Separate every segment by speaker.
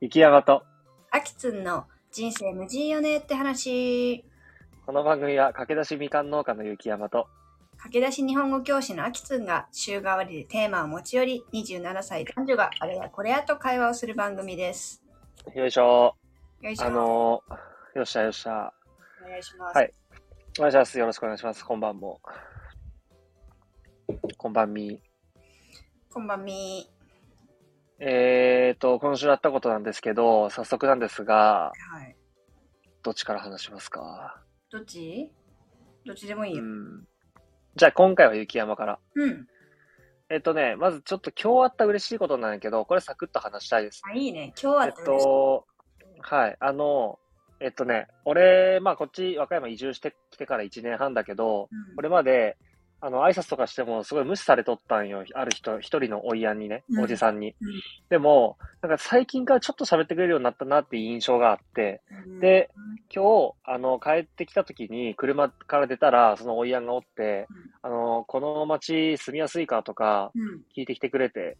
Speaker 1: 生きやがと。
Speaker 2: あきつんの人生無事よねって話。
Speaker 1: この番組は駆け出しみかん農家の雪山と、
Speaker 2: 駆け出し日本語教師のあきつんが週替わりでテーマを持ち寄り、27歳男女があれやこれやと会話をする番組です。
Speaker 1: よいしょ
Speaker 2: よいしょ。
Speaker 1: あのー、よっしゃよっしゃ。
Speaker 2: お願いします。
Speaker 1: はいお願いします。よろしくお願いします。こんばんも。こんばんみ。
Speaker 2: こんばんみ。
Speaker 1: えーと、今週あったことなんですけど、早速なんですが、
Speaker 2: はい。
Speaker 1: どっちから話しますか
Speaker 2: どっちどっちでもいいうよ。
Speaker 1: ん。じゃあ今回は雪山から。
Speaker 2: うん。
Speaker 1: えっ、とね、まずちょっと今日あった嬉しいことなんやけど、これサクッと話したいです。
Speaker 2: あ、いいね。今日は
Speaker 1: えっと、はい、あの、えっとね、俺、まあ、こっち、和歌山移住してきてから1年半だけど、これまで、あの、挨拶とかしても、すごい無視されとったんよ。ある人、一人のおいやんにね
Speaker 2: う、ん
Speaker 1: おじさんに。
Speaker 2: うん
Speaker 1: でも、なんか最近からちょっと喋ってくれるようになったなっていう印象があって、
Speaker 2: うん、
Speaker 1: で今日、あの、帰ってきた時に、車から出たら、そのおいやんがおって
Speaker 2: うん、
Speaker 1: あの、この町住みやすいかとか、
Speaker 2: うん、
Speaker 1: 聞いてきてくれて、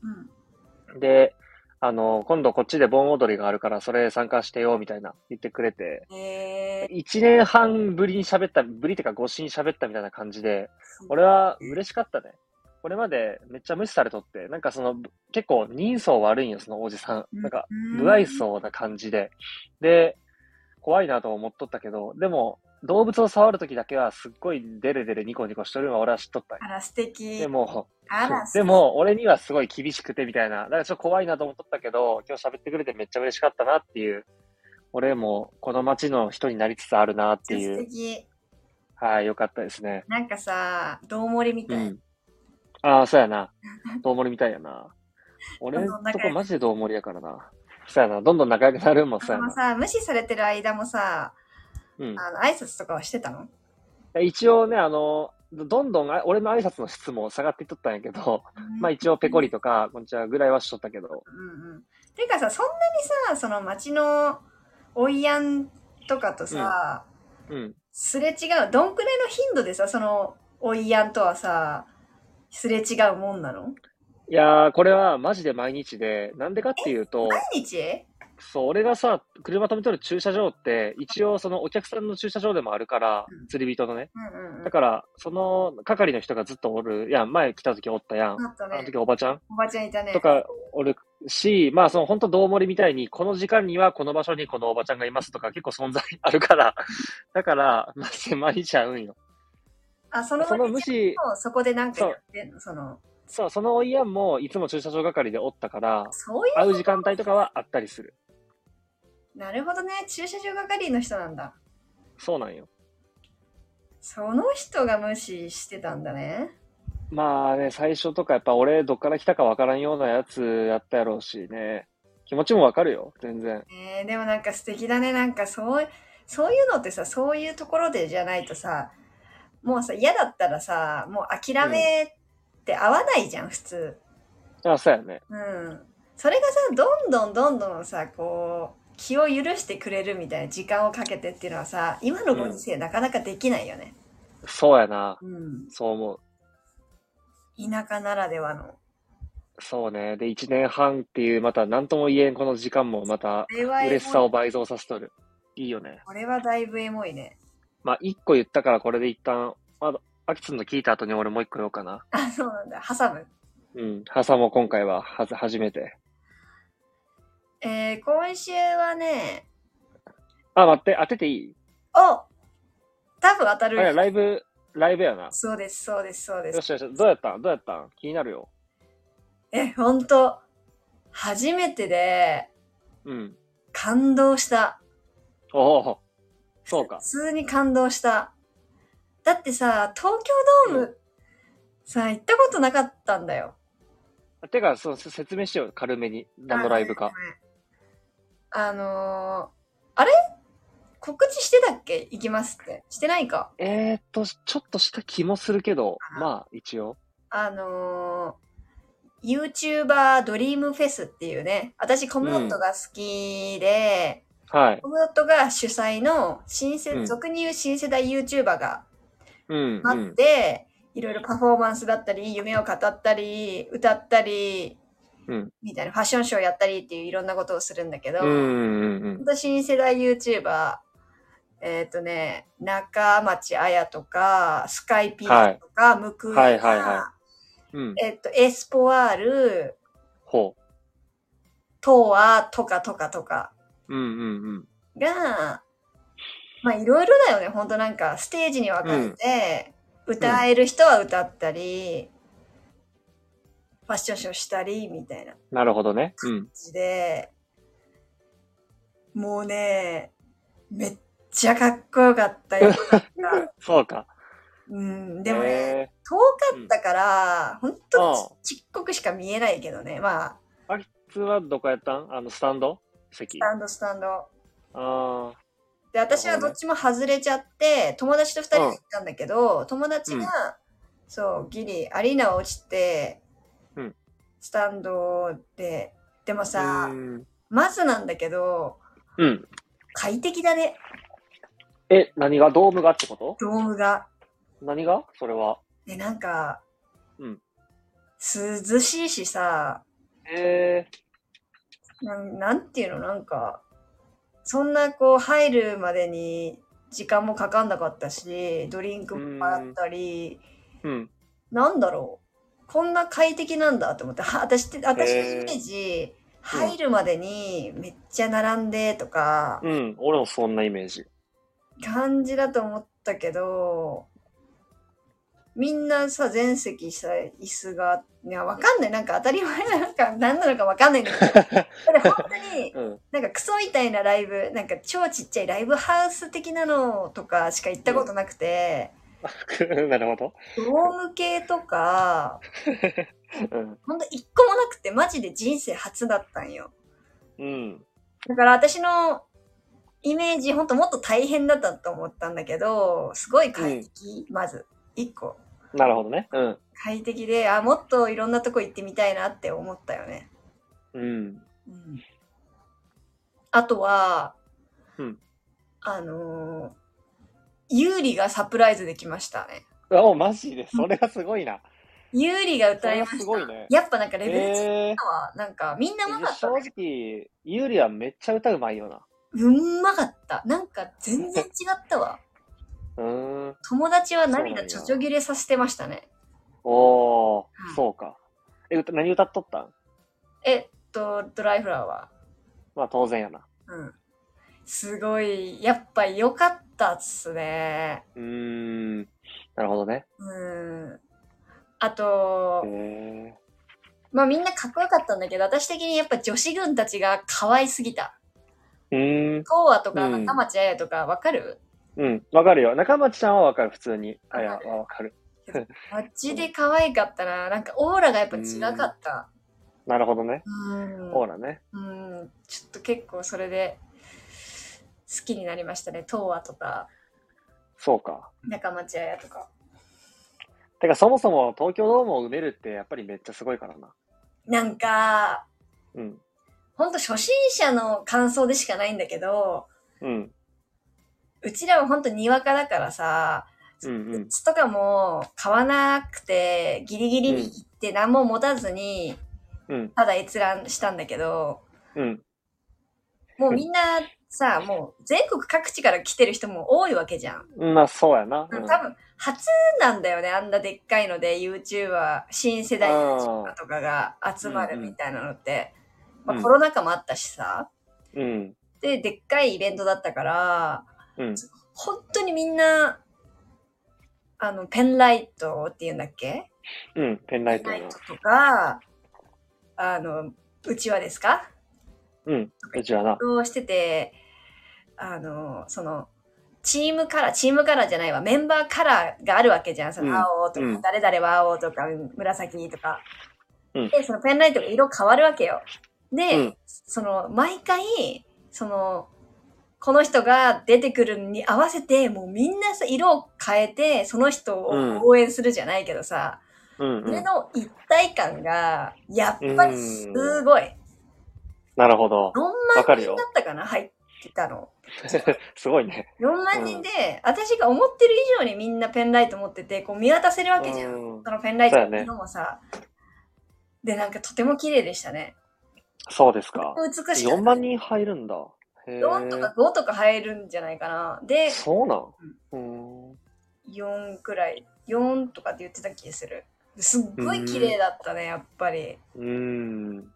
Speaker 2: うん、
Speaker 1: で、あの、今度こっちで盆踊りがあるから、それ参加してよ、みたいな言ってくれて、
Speaker 2: うん。えー、
Speaker 1: 一年半ぶりに喋った、ぶりってか、誤信喋ったみたいな感じで、俺は嬉しかったね。これまでめっちゃ無視されとって、なんかその、結構人相悪いんよ、そのおじさん。なんか、
Speaker 2: うん、
Speaker 1: 無愛想な感じで。で、怖いなと思っとったけど、でも、動物を触るときだけはすっごいデレデレニコニコしとるのは俺は知っとったんよ
Speaker 2: あら、素敵。
Speaker 1: で、も、
Speaker 2: あら、
Speaker 1: で、も、俺にはすごい厳しくてみたいな、だからちょっと怖いなと思っとったけど、今日喋ってくれてめっちゃ嬉しかったなっていう、俺もこの町の人になりつつあるなって
Speaker 2: めっちゃ
Speaker 1: い
Speaker 2: 素
Speaker 1: う、
Speaker 2: 敵。
Speaker 1: はい、よかったですね。
Speaker 2: なんかさ、どうもりみ
Speaker 1: う
Speaker 2: たい。
Speaker 1: ん。ああ、そうや な。どうもりみたいやな。俺ん
Speaker 2: どんどん仲
Speaker 1: と
Speaker 2: 良
Speaker 1: こ
Speaker 2: く
Speaker 1: マジでどうもりやからな。そうやな、どんどん仲良くなるもん、そう
Speaker 2: あ
Speaker 1: や
Speaker 2: の
Speaker 1: な。
Speaker 2: さ、無視されてる間もさ、
Speaker 1: うん。
Speaker 2: あの挨拶とかはしてたの
Speaker 1: 一応ね、あの、どんどんあ俺の挨拶の質も下がっていっとったんやけど、まあ一応ペコリとか、こんにちはぐらいはしとったけど、
Speaker 2: うんうん。てかさ、そんなにさ、その町のおいやんとかとさ、
Speaker 1: うん。
Speaker 2: すれ違う、どんくらいの頻度でさ、そのおいやんとはさ、すれ違うもんなの
Speaker 1: いやー、これはマジで毎日で、なんでかっていうと、
Speaker 2: 毎日
Speaker 1: そう、俺がさ、車止めとる駐車場って、一応そのお客さんの駐車場でもあるから
Speaker 2: うん、
Speaker 1: 釣り人のね。
Speaker 2: うんうんうん。
Speaker 1: だから、その係の人がずっとおる、いやん、前来た時おったやん。
Speaker 2: あった
Speaker 1: あの
Speaker 2: ね
Speaker 1: 時。おばちゃん
Speaker 2: おばちゃんいたね。
Speaker 1: とかおるし、まあその本当どうもりみたいに、この時間にはこの場所にこのおばちゃんがいますとか結構存在あるから、 だから、まあ狭いちゃうんよ。
Speaker 2: あ、その
Speaker 1: その無視、
Speaker 2: もうそこでなんかやってんのその、
Speaker 1: そう、そのおいやんもいつも駐車場係でおったから、
Speaker 2: そういう。
Speaker 1: 会う時間帯とかはあったりする。
Speaker 2: なるほどね。駐車場係の人なんだ。
Speaker 1: そうなんよ。
Speaker 2: その人が無視してたんだね。
Speaker 1: まあね、最初とかやっぱ俺どっから来たかわからんようなやつやったやろうしね。気持ちもわかるよ、全然。
Speaker 2: えーでもなんか素敵だね。なんかそう、そういうのってさ、そういうところでじゃないとさ、もうさ、嫌だったらさ、もう諦めって合わないじゃん、普通。
Speaker 1: あ、そうやね。
Speaker 2: うん。それがさ、どんどんどんどんさ、こう、気を許してくれるみたいな時間をかけてっていうのはさ、今のご時世なかなかできないよね。
Speaker 1: そうやな。
Speaker 2: うん。
Speaker 1: そう思う。
Speaker 2: 田舎ならではの。
Speaker 1: そうね。で、1年半っていう、また何とも言えんこの時間もまた
Speaker 2: これはエモい
Speaker 1: 嬉しさを倍増させとる。いいよね。
Speaker 2: これはだいぶエモいね。
Speaker 1: まあ、1個言ったからこれで一旦、まだ、アキツンの聞いた後に俺もう1個言おうかな。
Speaker 2: あ、そうなんだ。挟む。
Speaker 1: うん。ハサも今回は、はず、初めて。
Speaker 2: えー、今週はね、
Speaker 1: あ、待って、当てていい
Speaker 2: お多分当た
Speaker 1: あ
Speaker 2: る。
Speaker 1: れ、ライブ、ライブやな。
Speaker 2: そうです、そうです、そうで
Speaker 1: よ
Speaker 2: す。
Speaker 1: しよし、どうやったんどうやったん気になるよ。
Speaker 2: え、ほんと、初めてで
Speaker 1: うん。
Speaker 2: 感動した。
Speaker 1: おお。そうか
Speaker 2: 普。通に感動した。だってさ、東京ドーム、さ、行ったことなかったんだよ。
Speaker 1: てか、そのせ説明しよう、軽めに。何のライブか。
Speaker 2: あのー、あれ告知してたっけ行きますって。してないか。
Speaker 1: えーっと、ちょっとした気もするけど、
Speaker 2: あ
Speaker 1: まあ、一応。
Speaker 2: あのー、YouTuber ドリームフェスっていうね、私コムドットが好きで、
Speaker 1: はい。
Speaker 2: コムドットが主催の新世、
Speaker 1: うん
Speaker 2: 俗に言う新世代 YouTuber が
Speaker 1: うん、う
Speaker 2: あっ
Speaker 1: ん。
Speaker 2: て、いろいろパフォーマンスだったり、夢を語ったり、歌ったり、
Speaker 1: うん
Speaker 2: みたいな、ファッションショーやったりっていういろんなことをするんだけど、
Speaker 1: うんうんうん。
Speaker 2: 私新世代 YouTuber、えっ、とね、中町綾とか、スカイピースとか、ムクー
Speaker 1: はい
Speaker 2: ル
Speaker 1: はいはうん。
Speaker 2: えっ、と、エスポワール、
Speaker 1: ほ
Speaker 2: トワとかとかとか
Speaker 1: う。うんうんうん。
Speaker 2: が、まあいろいろだよね、ほんとなんか、ステージに分かれて、歌える人は歌ったり、ファッションショーしたり、みたいな感
Speaker 1: なるほど ね。うん。
Speaker 2: じで、もうね、めっちゃかっこよかったよ。なんか
Speaker 1: そうか。
Speaker 2: うん、でも ね、
Speaker 1: へ
Speaker 2: 遠かったから、本当にちちっこくしか見えないけどね。まあ、
Speaker 1: ーあいつはどこやったんあの、スタンド席。
Speaker 2: ス
Speaker 1: あ
Speaker 2: タンドスタンド。
Speaker 1: あ
Speaker 2: で、私はどっちも外れちゃって、友達と二人で行ったんだけど、友達
Speaker 1: うん
Speaker 2: が、そう、ギリ、アリーナ落ちて、
Speaker 1: うん
Speaker 2: スタンドで、でもさ、
Speaker 1: ー。うん
Speaker 2: まずなんだけど、
Speaker 1: うん。
Speaker 2: 快適だね、
Speaker 1: え、何がドームがってこと
Speaker 2: ドームが。
Speaker 1: 何がそれは。
Speaker 2: で、なんか、
Speaker 1: うん
Speaker 2: 涼しいしさ、
Speaker 1: え
Speaker 2: なんなんていうのなんかそんなこう入るまでに時間もかかんなかったしドリンクもいっぱいあったり
Speaker 1: ー。うん。
Speaker 2: なんだろうこんな快適なんだと思っては私って私の
Speaker 1: へー
Speaker 2: イメージ入るまでにめっちゃ並んでとか
Speaker 1: うん。俺もそんなイメージ。
Speaker 2: 感じだと思ったけどみんなさ全席さ椅子がいやわかんないなんか当たり前なのか何なのかわかんないんだ けどだから本当に
Speaker 1: うん。
Speaker 2: なんかクソみたいなライブ、なんか超ちっちゃいライブハウス的なのとかしか行ったことなくて、
Speaker 1: なるほど。
Speaker 2: ドーム系とか、
Speaker 1: うん。
Speaker 2: ほんと一個もなくてマジで人生初だったんよ。
Speaker 1: うん。
Speaker 2: だから私のイメージ、ほんともっと大変だったと思ったんだけど、すごい快適、まず、一個。
Speaker 1: なるほどね。うん。
Speaker 2: 快適で、あ、もっといろんなとこ行ってみたいなって思ったよね。
Speaker 1: うん。
Speaker 2: うんあとは、
Speaker 1: うん
Speaker 2: あのー、ユーリがサプライズできましたね。
Speaker 1: お、マジで、それがすごいな。
Speaker 2: ユーリが
Speaker 1: そ
Speaker 2: 歌い
Speaker 1: れが
Speaker 2: ました。
Speaker 1: すごいね。
Speaker 2: やっぱなんかレベル違う
Speaker 1: え
Speaker 2: わ。なんかみんなうまか
Speaker 1: ー、
Speaker 2: った
Speaker 1: 正
Speaker 2: ね、
Speaker 1: 直、ユーリはめっちゃ歌うまいよな。
Speaker 2: うんまかった。なんか全然違ったわ。
Speaker 1: うーん。
Speaker 2: 友達は
Speaker 1: そうなん
Speaker 2: 涙
Speaker 1: や
Speaker 2: ちょちょぎれさせてましたね。
Speaker 1: おー
Speaker 2: うん、
Speaker 1: そうか。え、歌何歌っとったん
Speaker 2: えっと、ドライフラワ
Speaker 1: まあ当然やな。
Speaker 2: ー。うん。すごい、やっぱ良かったっすね。
Speaker 1: うーん。なるほどね。
Speaker 2: うん。あと、
Speaker 1: へえ
Speaker 2: まあみんなかっこよかったんだけど、私的にやっぱ女子軍たちが可愛すぎた。
Speaker 1: ー。うーん。
Speaker 2: トーアとか
Speaker 1: うん
Speaker 2: 中町彩とかわかる、
Speaker 1: うん。わかるよ。中町ちゃんはわかる、普通に。あやはわかる。
Speaker 2: マッチで可愛かったな。なんかオーラがやっぱ違かった。
Speaker 1: なるほどね。
Speaker 2: うん。
Speaker 1: ほらね。
Speaker 2: うん。ちょっと結構それで好きになりましたね。トーアとか
Speaker 1: そうか。
Speaker 2: 中町彩とか。
Speaker 1: てか、そもそも東京ドームを埋めるって、やっぱりめっちゃすごいからな。
Speaker 2: なんか、
Speaker 1: うん。
Speaker 2: ほんと初心者の感想でしかないんだけど、
Speaker 1: うん。
Speaker 2: うちらはほんとにわかだからさ、
Speaker 1: うんう
Speaker 2: グッ
Speaker 1: ん。
Speaker 2: ズとかも買わなくて、ギリギリに行って何も持たずに、
Speaker 1: うん。
Speaker 2: ただ閲覧したんだけど、
Speaker 1: うん。
Speaker 2: もうみんなさ、もう全国各地から来てる人も多いわけじゃん。
Speaker 1: まあ、そうやな。
Speaker 2: 多
Speaker 1: うん
Speaker 2: 分、初なんだよね、あんなでっかいので、YouTuber、新世代
Speaker 1: うん
Speaker 2: YouTuber とかが集まるみたいなのって。ま
Speaker 1: う
Speaker 2: あ、
Speaker 1: ん
Speaker 2: コロナ禍もあったしさ。
Speaker 1: うん。
Speaker 2: で、でっかいイベントだったから、
Speaker 1: うん。
Speaker 2: 本当にみんな、あの、ペンライトっていうんだっけ
Speaker 1: うん。ペンライト
Speaker 2: ナ
Speaker 1: や
Speaker 2: イ
Speaker 1: な
Speaker 2: ト。とか、あの、うちわですか
Speaker 1: うん。うちはな。
Speaker 2: をしてて、あの、その、チームカラー、チームカラーじゃないわ、メンバーカラーがあるわけじゃん。その
Speaker 1: うん
Speaker 2: 青とか、
Speaker 1: うん
Speaker 2: 誰々は青とか、紫とか。
Speaker 1: うん
Speaker 2: で、そのペンライトが色変わるわけよ。で、
Speaker 1: うん
Speaker 2: その、毎回、その、この人が出てくるのに合わせて、もうみんなさ、色を変えて、その人
Speaker 1: うん
Speaker 2: を応援するじゃないけどさ、
Speaker 1: うん、う
Speaker 2: それ
Speaker 1: ん。
Speaker 2: の一体感が、やっぱりすごい。
Speaker 1: なるほど。
Speaker 2: 4
Speaker 1: わか
Speaker 2: 万
Speaker 1: る
Speaker 2: 人
Speaker 1: よ
Speaker 2: だったかな入ってたの。
Speaker 1: すごいね。
Speaker 2: 4万人で、私が思ってる以上にみんなペンライト持ってて、こう見渡せるわけじゃん。
Speaker 1: うん
Speaker 2: そのペンライト
Speaker 1: そう
Speaker 2: の
Speaker 1: やね
Speaker 2: 色もさ。で、なんかとても綺麗でしたね。
Speaker 1: そうですか。
Speaker 2: 美しかった。
Speaker 1: 4万人入るんだ。へ
Speaker 2: 4と
Speaker 1: ー
Speaker 2: か5とか入るんじゃないかな。で、
Speaker 1: そうなん。うん。
Speaker 2: 4くらい、4とかって言ってた気がする。すっごい綺麗だったね、やっぱり。
Speaker 1: うん。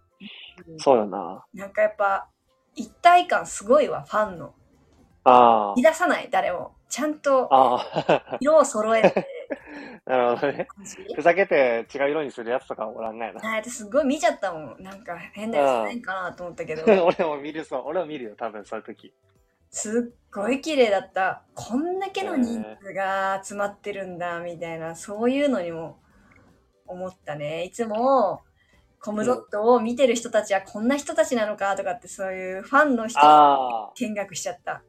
Speaker 1: そうよな。
Speaker 2: なんかやっぱ、一体感すごいわ、ファンの。
Speaker 1: あ
Speaker 2: 乱さない、誰も。ちゃんと
Speaker 1: あ。ああ。
Speaker 2: 色を揃えて
Speaker 1: なるほどね。
Speaker 2: 感じ。
Speaker 1: ふざけて違う色にするやつとかおらんがやな。
Speaker 2: はい、私すごい見ちゃったもん。なんか変なやつないんかなと思ったけど、
Speaker 1: 俺も見るそう。俺も見るよ、多分そういう時。
Speaker 2: すっごい綺麗だった。こんだけの人数が集まってるんだ、みたいな、そういうのにも思ったね。いつも、コムドットを見てる人たちはこんな人たちなのかとかって、そういうファンの人
Speaker 1: あ
Speaker 2: 見学しちゃった。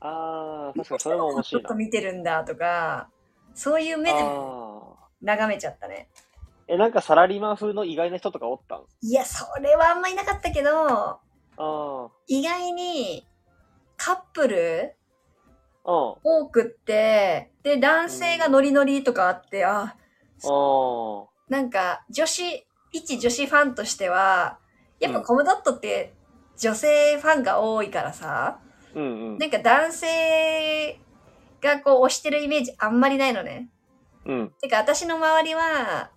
Speaker 1: あ。ああ。確かにそれも面
Speaker 2: ちょ
Speaker 1: 白
Speaker 2: っ
Speaker 1: い
Speaker 2: と
Speaker 1: な。
Speaker 2: 見てるんだとか、そういう目でも
Speaker 1: ああ。
Speaker 2: 眺めちゃったね。
Speaker 1: え、なんかサラリーマン風の意外な人とかおったん
Speaker 2: いや、それはあんまいなかったけど、
Speaker 1: あ
Speaker 2: 意外にカップル
Speaker 1: あ。うん。
Speaker 2: 多くって、で、男性がノリノリとかあって、あ、
Speaker 1: あ
Speaker 2: なんか女子、一女子ファンとしては、やっぱ
Speaker 1: うん
Speaker 2: コムドットって女性ファンが多いから
Speaker 1: あ。
Speaker 2: さ、
Speaker 1: うんうん。
Speaker 2: なんか男性がこう推してるイメージあんまりないのね。
Speaker 1: うん。
Speaker 2: てか私の周りは、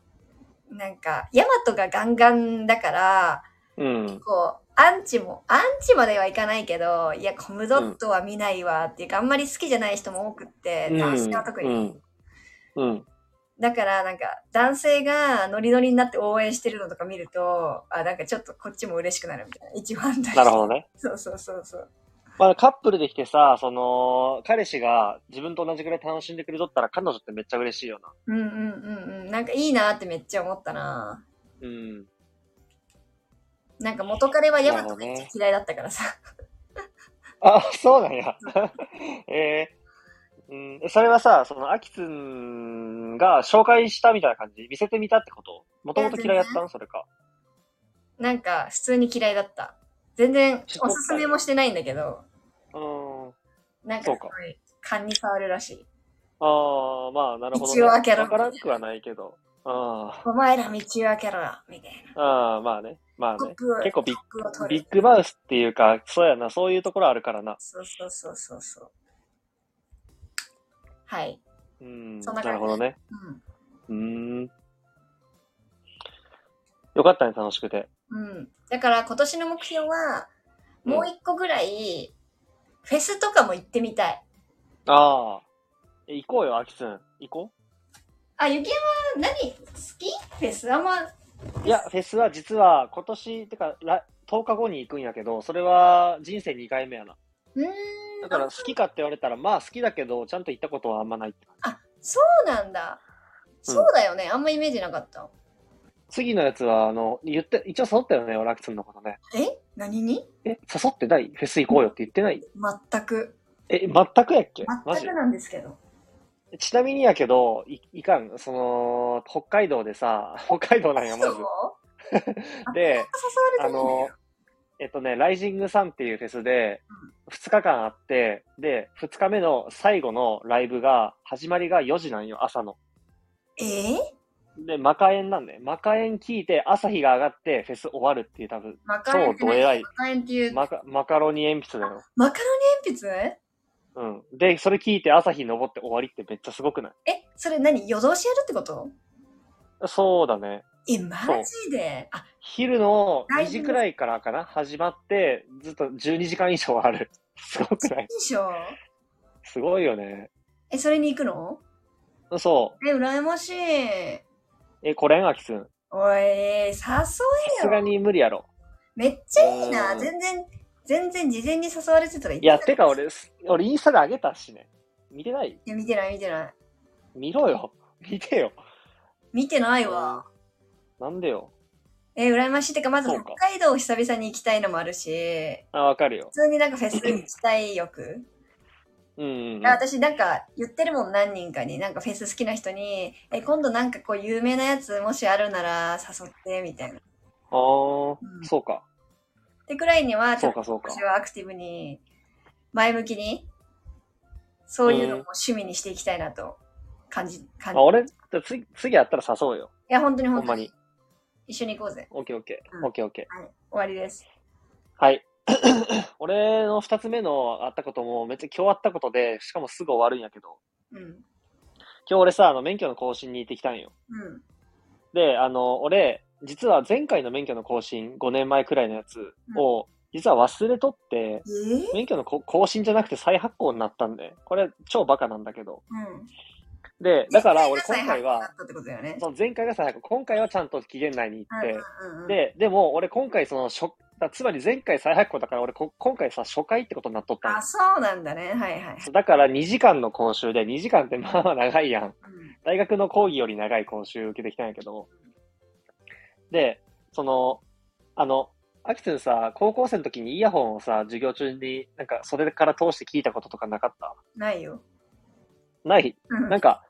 Speaker 2: なんか、ヤマトがガンガンだから、
Speaker 1: うん。
Speaker 2: こう、アンチも、アンチまではいかないけど、いや、コムドットは見ないわっていうか、あんまり好きじゃない人も多くって、
Speaker 1: うん
Speaker 2: 男性は特に。
Speaker 1: うんうん。
Speaker 2: だから、なんか、男性がノリノリになって応援してるのとか見ると、あ、なんかちょっとこっちも嬉しくなるみたいな。一番大事。
Speaker 1: なるほどね。
Speaker 2: そうそうそうそう。
Speaker 1: まあ、カップルで来てさ、その、彼氏が自分と同じくらい楽しんでくれとったら彼女ってめっちゃ嬉しいよな。
Speaker 2: うんうんうんうん。なんかいいなってめっちゃ思ったな。
Speaker 1: うん。
Speaker 2: なんか元彼はヤマ
Speaker 1: なる
Speaker 2: ト
Speaker 1: ほど
Speaker 2: が
Speaker 1: ね
Speaker 2: 一番嫌いだったからさ。
Speaker 1: あ、 そうなんや。えーうん、えそれはさ、その、アキツンが紹介したみたいな感じ見せてみたってこともともと嫌いやったんそれか。
Speaker 2: なんか普通に嫌いだった。全然
Speaker 1: ちょっ
Speaker 2: お
Speaker 1: と
Speaker 2: すすめもしてないんだけど、
Speaker 1: うん。
Speaker 2: なんかす
Speaker 1: そ
Speaker 2: ご
Speaker 1: う
Speaker 2: い
Speaker 1: か
Speaker 2: 勘に触るらしい。
Speaker 1: ああ、まあ、なるほど、ね。
Speaker 2: 一応開けろ
Speaker 1: わからんくはないけど。あ
Speaker 2: お前ら道を開けろよみたい
Speaker 1: あ、ああ、まあね。まあ
Speaker 2: な。
Speaker 1: ね。
Speaker 2: 僕
Speaker 1: 結構ビッ
Speaker 2: 僕を取
Speaker 1: ビッ
Speaker 2: る。
Speaker 1: グマウスっていうか、そうやな、そういうところあるからな。
Speaker 2: そうそうそうそうそう。はい。
Speaker 1: うん、
Speaker 2: そんな
Speaker 1: な
Speaker 2: 感じ
Speaker 1: るほどね。
Speaker 2: う
Speaker 1: うー
Speaker 2: ん。
Speaker 1: ん。よかったね、楽しくて。
Speaker 2: うん、だから今年の目標は、もう一個ぐらい、フェスとかも行ってみたい。
Speaker 1: ああ。え行こうよ、アキツン。行こ
Speaker 2: あ、ゆきやま、何好きフェスあんま、
Speaker 1: ういや、フェスは実は今年、てか、来10日後に行くんやけど、それは人生2回目やな。
Speaker 2: うーん。
Speaker 1: だから好きかって言われたら、まあ好きだけど、ちゃんと行ったことはあんまないって感じ。
Speaker 2: そうなんだ。そうだよね。あんまイメージなかった。
Speaker 1: 次のやつは、あの、言って、一応誘ったよね、俺、アキツンのことね。
Speaker 2: え何に
Speaker 1: え、誘ってないフェス行こうよって言ってない
Speaker 2: 全く。
Speaker 1: え、全くやっけマジ
Speaker 2: 全くなんですけど。
Speaker 1: ちなみにやけど、いいかん、その、北海道でさ、 北海道なんや、ま
Speaker 2: そう
Speaker 1: ず。で、
Speaker 2: 誘われ
Speaker 1: あ
Speaker 2: てないんだ
Speaker 1: の
Speaker 2: よ。、
Speaker 1: えっとね、ライジングサンっていうフェスで、2日間あって、で、2日目の最後のライブが、始まりが4時なんよ、朝の。
Speaker 2: えー、
Speaker 1: で、マカエンなんだよ。マカエン聞いて、朝日が上がって、フェス終わるっていう、多分、
Speaker 2: マカロ
Speaker 1: 超
Speaker 2: ニ
Speaker 1: どえらい
Speaker 2: マ、カロニっていう、
Speaker 1: マカマカロニ鉛筆だよ。
Speaker 2: マカロニ鉛筆
Speaker 1: うん。で、それ聞いて、朝日登って終わりってめっちゃすごくない
Speaker 2: え、それ何夜通しやるってこと
Speaker 1: そうだね。
Speaker 2: え、マジであ、
Speaker 1: 昼の
Speaker 2: ライ
Speaker 1: 2
Speaker 2: ブ
Speaker 1: 時くらいからかな始まって、ずっと12時間以上ある。 すごくない
Speaker 2: いいでしょ
Speaker 1: すごいよね。
Speaker 2: え、それに行くの
Speaker 1: そ
Speaker 2: え、羨ましい。
Speaker 1: う。え、これんあきつん。さ
Speaker 2: おい、誘え
Speaker 1: すが
Speaker 2: よ。
Speaker 1: に無理やろ。
Speaker 2: めっちゃいいな。
Speaker 1: うん
Speaker 2: 全然、全然事前に誘われてたら行っ
Speaker 1: いや、てか俺、す俺インスタで上げたしね。見てない
Speaker 2: いや、見てない見てない。
Speaker 1: 見ろよ。 見てよ。
Speaker 2: 見てないわ。
Speaker 1: なんでよ。
Speaker 2: え、羨ましい。てか、まず
Speaker 1: そう
Speaker 2: 北
Speaker 1: か
Speaker 2: 海道久々に行きたいのもあるし、
Speaker 1: あ、わかるよ
Speaker 2: 普。通になんかフェス行きたい欲。
Speaker 1: うんうんうん。
Speaker 2: あ私なんか言ってるもん何人かになんかフェス好きな人に「え今度なんかこう有名なやつもしあるなら誘って」みたいな。っ
Speaker 1: あー
Speaker 2: うん
Speaker 1: そうか。
Speaker 2: てくらいにはち
Speaker 1: そ
Speaker 2: ょ
Speaker 1: う
Speaker 2: っと
Speaker 1: か、そうか
Speaker 2: 私。はアクティブに前向きにそういうのも趣味にしていきたいなと感じ
Speaker 1: あ
Speaker 2: 感じい
Speaker 1: 俺、じゃあ次、次やったら誘うよ。
Speaker 2: や本当に
Speaker 1: ほ
Speaker 2: 本
Speaker 1: ん
Speaker 2: 当
Speaker 1: ま
Speaker 2: に
Speaker 1: に。
Speaker 2: 一緒に行こうぜ。
Speaker 1: オッケーオッケ
Speaker 2: うん
Speaker 1: ー。オッケーオッケー。
Speaker 2: はい。終わりです。
Speaker 1: はい。 俺の二つ目のあったことも、めっちゃ今日あったことで、しかもすぐ終わるんやけど、
Speaker 2: うん。
Speaker 1: 今日俺さ、あの、免許の更新に行ってきたんよ。
Speaker 2: うん。
Speaker 1: で、あの、俺、実は前回の免許の更新、5年前くらいのやつを、実は忘れとって、
Speaker 2: ええ
Speaker 1: 免許のこ更新じゃなくて再発行になったんで、これ超バカなんだけど。
Speaker 2: うん。
Speaker 1: で、だから俺今回
Speaker 2: だ
Speaker 1: は
Speaker 2: っ、たってことだよね。
Speaker 1: その前回が再発行、今回はちゃんと期限内に行って、
Speaker 2: うんうんうん、
Speaker 1: で、でも俺今回その初、だつまり前回再発行だから俺こ今回さ、初回ってことになっとったんよ
Speaker 2: あ、そうなんだね。はいはい。
Speaker 1: だから2時間の講習で、2時間ってまあまあ長いやん。
Speaker 2: うん
Speaker 1: 大学の講義より長い講習受けてきたんやけど。で、その、あの、アキツンさ、高校生の時にイヤホンをさ、授業中になんか袖から通して聞いたこととかなかった
Speaker 2: ないよ。
Speaker 1: ない
Speaker 2: うん
Speaker 1: なんか、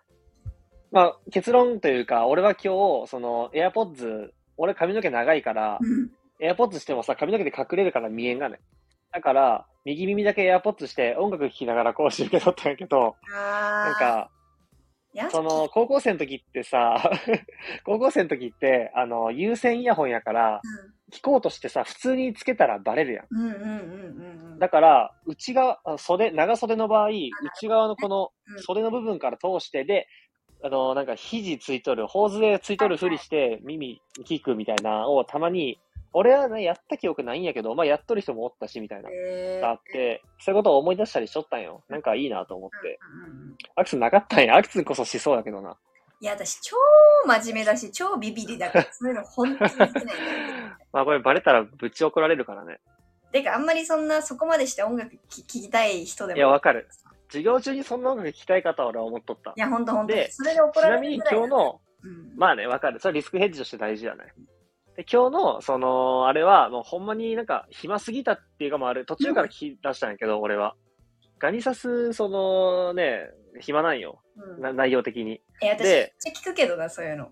Speaker 1: まあ結論というか、俺は今日、その、エアポッズ、俺髪の毛長いから、
Speaker 2: うん
Speaker 1: エアポッズしてもさ、髪の毛で隠れるから見えんがね。だから、右耳だけエアポッズして音楽聴きながら講習受け取ったんやけど、
Speaker 2: あー
Speaker 1: なん、か、
Speaker 2: やっ
Speaker 1: その、高校生の時ってさ、 高校生の時って、あの、有線イヤホンやから、聞こうとしてさ、普通につけたらバレるやん。
Speaker 2: うんうんうんうんうん。
Speaker 1: だから、内側、あ袖、長袖の場合、内側のこの
Speaker 2: うん
Speaker 1: 袖の部分から通して、で、あの、なんか、肘ついとる、頬杖ついとるふりして、耳、聞くみたいなをたまに、俺はね、やった記憶ないんやけど、まあ、やっとる人もおったし、みたいな、
Speaker 2: え
Speaker 1: があって、そういうことを思い出したりしとったんよ。なんかいいなと思って。
Speaker 2: うんうんうん
Speaker 1: アクスなかったんや。アクスこそしそうだけどな。
Speaker 2: いや、私、超真面目だし、超ビビリだから、そういうの本当にできないんだよ。
Speaker 1: まあこれバレたらぶち怒られるからね。
Speaker 2: てか、あんまりそんな、そこまでして音楽聴きたい人でも。
Speaker 1: いや、わかる。授業中にそんな音楽聞きたい方は俺は思っとった
Speaker 2: い。や、ほんとほんと
Speaker 1: で。
Speaker 2: それで怒
Speaker 1: ち
Speaker 2: ら
Speaker 1: な
Speaker 2: れ
Speaker 1: み
Speaker 2: る
Speaker 1: に
Speaker 2: ぐらい
Speaker 1: 今日
Speaker 2: だ。
Speaker 1: の、
Speaker 2: うん
Speaker 1: まあね、わかる。それリスクヘッジとして大事だね。で、今日の、その、あれは、もうほんまになんか暇すぎたっていうかもある。途中から聞き出したんやけど、俺は。ガニサス、そのね、暇なんよ。
Speaker 2: うん
Speaker 1: な内容的に。
Speaker 2: え、私、めっ
Speaker 1: で
Speaker 2: ちゃ聞くけどな、そういうの。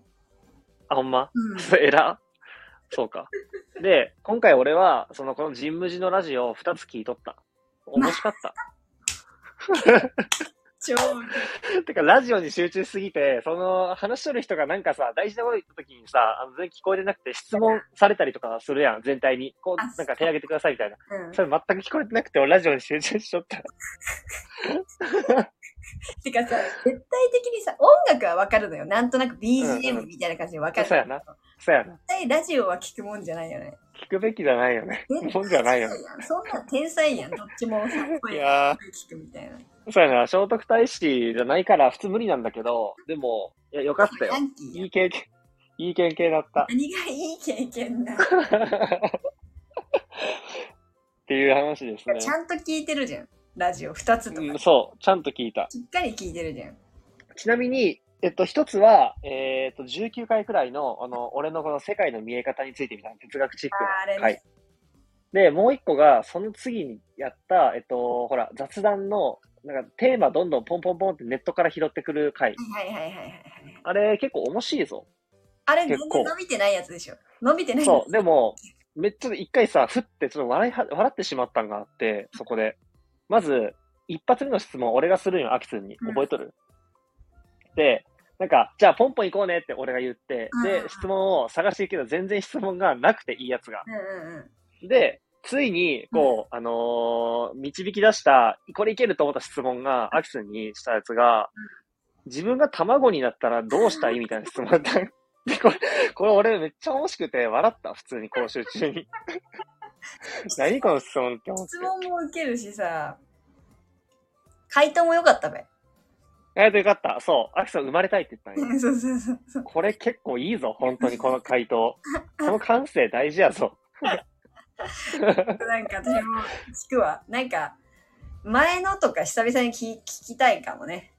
Speaker 1: あ、ほんま
Speaker 2: うん。
Speaker 1: えらそうか。で、今回俺は、その、このジンムジのラジオを2つ聞いとった。面白かった。
Speaker 2: 超、
Speaker 1: てか、ラジオに集中しすぎて、その、話しとる人がなんかさ、大事なこと言った時にさ、あの全然聞こえてなくて、質問されたりとかするやん、全体に。こう、
Speaker 2: あ
Speaker 1: なんか手挙げてくださいみたいな。
Speaker 2: うん。
Speaker 1: それ全く聞こえてなくて、俺ラジオに集中しとった。
Speaker 2: てかさ、絶対的にさ、音楽はわかるのよ。なんとなく
Speaker 1: うんう
Speaker 2: BGM
Speaker 1: ん
Speaker 2: みたいな感じでわかる。
Speaker 1: そうやな
Speaker 2: 絶
Speaker 1: そうやな。
Speaker 2: 対ラジオは聞くもんじゃないよね。
Speaker 1: 聞くべきじゃないよね。もんじゃないよね。
Speaker 2: そんなん天才やん。どっちもさ、
Speaker 1: い
Speaker 2: 声が
Speaker 1: や
Speaker 2: 聞くみたいな。
Speaker 1: ー、そうやな。聖徳太子じゃないから、普通無理なんだけど、でも、いや、よかったよ
Speaker 2: ヤ。ンキー
Speaker 1: い
Speaker 2: やん
Speaker 1: い経験、いい経験だっ た。
Speaker 2: 何がいい経験だ。
Speaker 1: っていう話ですね
Speaker 2: ち。ゃんと聞いてるじゃん。ラジオ2つとか。
Speaker 1: うんそう、ちゃんと聞いた。
Speaker 2: しっかり聞いてるじゃん。
Speaker 1: ちなみに、えっと、一つは、えっと、19回くらいの、あの、俺のこの世界の見え方についてみたいな哲学チックな
Speaker 2: あれね
Speaker 1: はい。で、もう一個が、その次にやった、えっと、ほら、雑談の、なんかテーマどんどんポンポンポンってネットから拾ってくる回。
Speaker 2: はいはいはいはいはい。
Speaker 1: あれ結構面白いぞ。
Speaker 2: あれ、全
Speaker 1: 結
Speaker 2: 然
Speaker 1: 構
Speaker 2: 伸びてないやつでしょ。伸びてない
Speaker 1: そう、
Speaker 2: で
Speaker 1: でも、めっちゃ一回さ、ふってちょっと笑いは、笑ってしまったんがあって、そこで。まず、一発目の質問俺がするんよ、アキツンに。
Speaker 2: うん
Speaker 1: 覚えとる、で、なんか、じゃあポンポン行こうねって俺が言って、
Speaker 2: う
Speaker 1: で
Speaker 2: ん、
Speaker 1: 質問を探していくけど、全然質問がなくていいやつが。
Speaker 2: うんうんうん。
Speaker 1: で、ついに、こう、あのー導き出した、これいけると思った質問が、アキツンにしたやつが、自分が卵になったらどうしたいみたいな質問だった。で、 これ、これ俺めっちゃ面しくて笑った、普通に講習中 に。何この質問って思って
Speaker 2: 質。問も受けるしさ、回答も良かったべ。
Speaker 1: えっと、よかった。そう、アキツン生まれたいって言ったんよ。
Speaker 2: そうそうそうそう。
Speaker 1: これ結構いいぞ、本当にこの回 答。この感性大事やぞ。
Speaker 2: なんか私も聞くわ。なんか、前のとか久々に聞聞きたいかもね。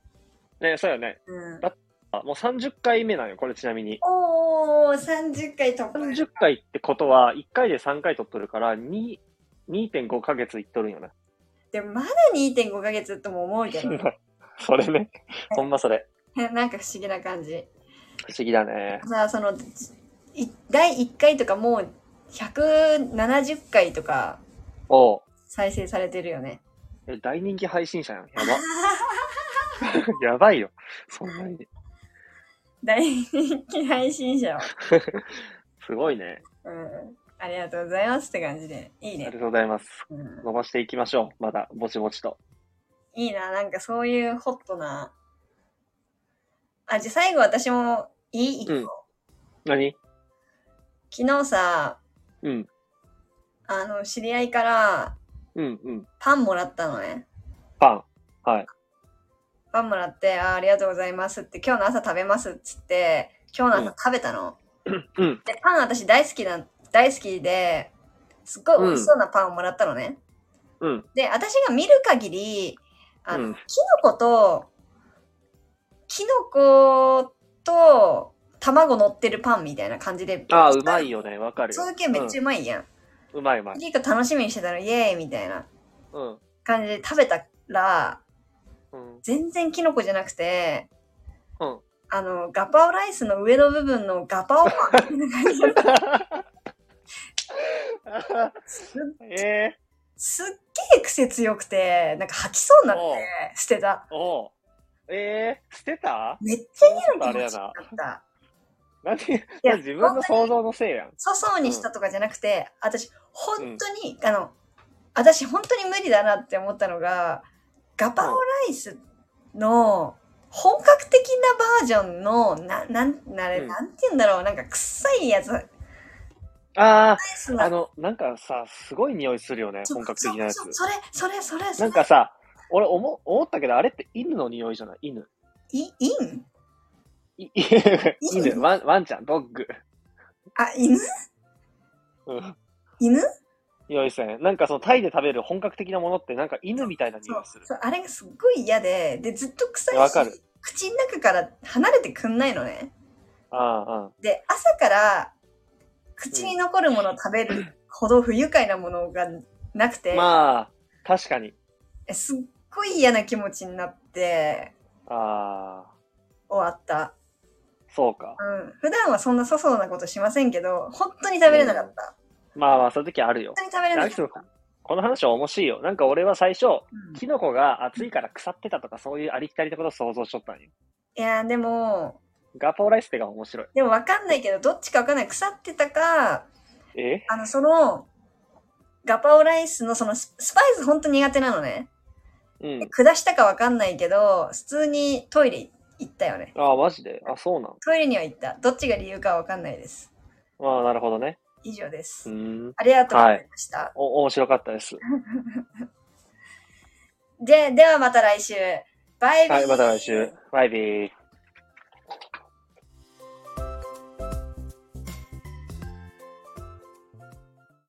Speaker 1: ね、そうよね。
Speaker 2: うん。
Speaker 1: あもう30回目なんよ、これちなみに。
Speaker 2: おー、30回突破。
Speaker 1: 30回ってことは、1回で3回取っとるから、2 2.5ヶ月いっとるんよね。
Speaker 2: でもまだ2.5ヶ月とも思うけど、
Speaker 1: それね。ほんまそれ。
Speaker 2: なんか不思議な感じ。
Speaker 1: 不思議だね。
Speaker 2: さあそのい第1回とかもう170回とか
Speaker 1: おう。
Speaker 2: 再生されてるよね。
Speaker 1: え大人気配信者やん。やば。 やばいよ。そんなに。
Speaker 2: 大人気配信者を
Speaker 1: すごいね。
Speaker 2: うん。ありがとうございますって感じで。いい
Speaker 1: ありが
Speaker 2: ね
Speaker 1: と。うございます。
Speaker 2: うん、
Speaker 1: 伸ばしていきましょう。まだ、ぼちぼちと。
Speaker 2: いいな、なんかそういうホットな。あ、じゃあ最後私もいい、一個
Speaker 1: うん何
Speaker 2: 昨日さ、
Speaker 1: うん。
Speaker 2: あの、知り合いから
Speaker 1: うん、うん。
Speaker 2: パンもらったのね。
Speaker 1: パン。はい。
Speaker 2: パンもらって、あーありがとうございますって、今日の朝食べますっつって、今日の朝食べたの。
Speaker 1: うん。
Speaker 2: で、パン私大好きな、大好きで、すっごい美味しそうなパンをもらったのね。
Speaker 1: うん。
Speaker 2: で、私が見る限り、あの、
Speaker 1: うん
Speaker 2: キノコと、キノコと、卵乗ってるパンみたいな感じで。
Speaker 1: ああ、うまいよね。わかるよ。
Speaker 2: そういう系めっちゃうまいやん。
Speaker 1: うんうまい、うまい。
Speaker 2: 結構楽しみにしてたの、イエーイみたいな
Speaker 1: うん。
Speaker 2: 感じで食べたら、
Speaker 1: うん。
Speaker 2: 全然キノコじゃなくて、
Speaker 1: うん
Speaker 2: あの、ガパオライスの上の部分のガパオパンみたいな感じで
Speaker 1: ええ
Speaker 2: すっげえ癖強くて、なんか吐きそうになって
Speaker 1: おう
Speaker 2: 捨てた。
Speaker 1: ー。おう。ええー、捨てた
Speaker 2: めっちゃ嫌な
Speaker 1: あ
Speaker 2: 気
Speaker 1: れ
Speaker 2: 持
Speaker 1: や
Speaker 2: ちにな
Speaker 1: な
Speaker 2: った。
Speaker 1: なんで、
Speaker 2: いや
Speaker 1: 自分の想像のせいやん。
Speaker 2: 粗相にしたとかじゃなくて、私、本当に、あの、私本当に無理だなって思ったのが、ガパオライスの本格的なバージョンの、な、なん、なれ、
Speaker 1: うん
Speaker 2: なんて言うんだろう、なんか臭いやつ、ライ
Speaker 1: あ
Speaker 2: ス
Speaker 1: あ、
Speaker 2: な
Speaker 1: あの、なんかさ、すごい匂いするよね、
Speaker 2: そう
Speaker 1: 本格的なやつ
Speaker 2: そ。うそうそれ、それ、それ、そ
Speaker 1: な
Speaker 2: れ、
Speaker 1: んかさ、俺思思ったけど、あれって犬の匂いじゃない犬。
Speaker 2: い、いん
Speaker 1: い犬ワン、ワンちゃん、ドッグ。
Speaker 2: あ、犬
Speaker 1: うん
Speaker 2: 犬
Speaker 1: 匂いするね。なんかそのタイで食べる本格的なものって、なんか犬みたいな
Speaker 2: そ
Speaker 1: 匂
Speaker 2: う
Speaker 1: いする。
Speaker 2: そうあれがすっごい嫌ででずっと臭い
Speaker 1: わ
Speaker 2: し
Speaker 1: かる
Speaker 2: 口の中から離れてくんないのね
Speaker 1: あ
Speaker 2: で朝から口に残るものを食べるほど不愉快なものがなく
Speaker 1: あ、う
Speaker 2: て、
Speaker 1: ん。まあ、確かに。
Speaker 2: えすっごい嫌な気持ちになって
Speaker 1: ああ、
Speaker 2: 終わった、
Speaker 1: そうか。
Speaker 2: うん、普段はそんな粗相なことしませんけど本当に食べれなかった、
Speaker 1: まあまあ、そういう時あるよ。
Speaker 2: 本当に食べれな
Speaker 1: あ
Speaker 2: か
Speaker 1: い
Speaker 2: っ
Speaker 1: つ
Speaker 2: た、
Speaker 1: もこの話は面白いよ。なんか俺は最初、
Speaker 2: うん
Speaker 1: キノコが暑いから腐ってたとか、そういうありきたりなことを想像しとったんよ。
Speaker 2: いやーでも
Speaker 1: ガパオライスってが面白い。
Speaker 2: でも分かんないけどどっちか分かんない腐ってたか
Speaker 1: え
Speaker 2: あの、その、ガパオライスのそのススパイス本当苦手なのね。
Speaker 1: うん。
Speaker 2: 下したかわかんないけど、普通にトイレ行ったよね。
Speaker 1: ああ、マジであ、そうなん。
Speaker 2: トイレには行った。どっちが理由かわかんないです。
Speaker 1: ああ、なるほどね。
Speaker 2: 以上で
Speaker 1: う
Speaker 2: す。
Speaker 1: ーん。
Speaker 2: ありがとうございました。
Speaker 1: お、面白かったです。
Speaker 2: で、ではまた来週。バイビー。
Speaker 1: はい、また来週。バイビー。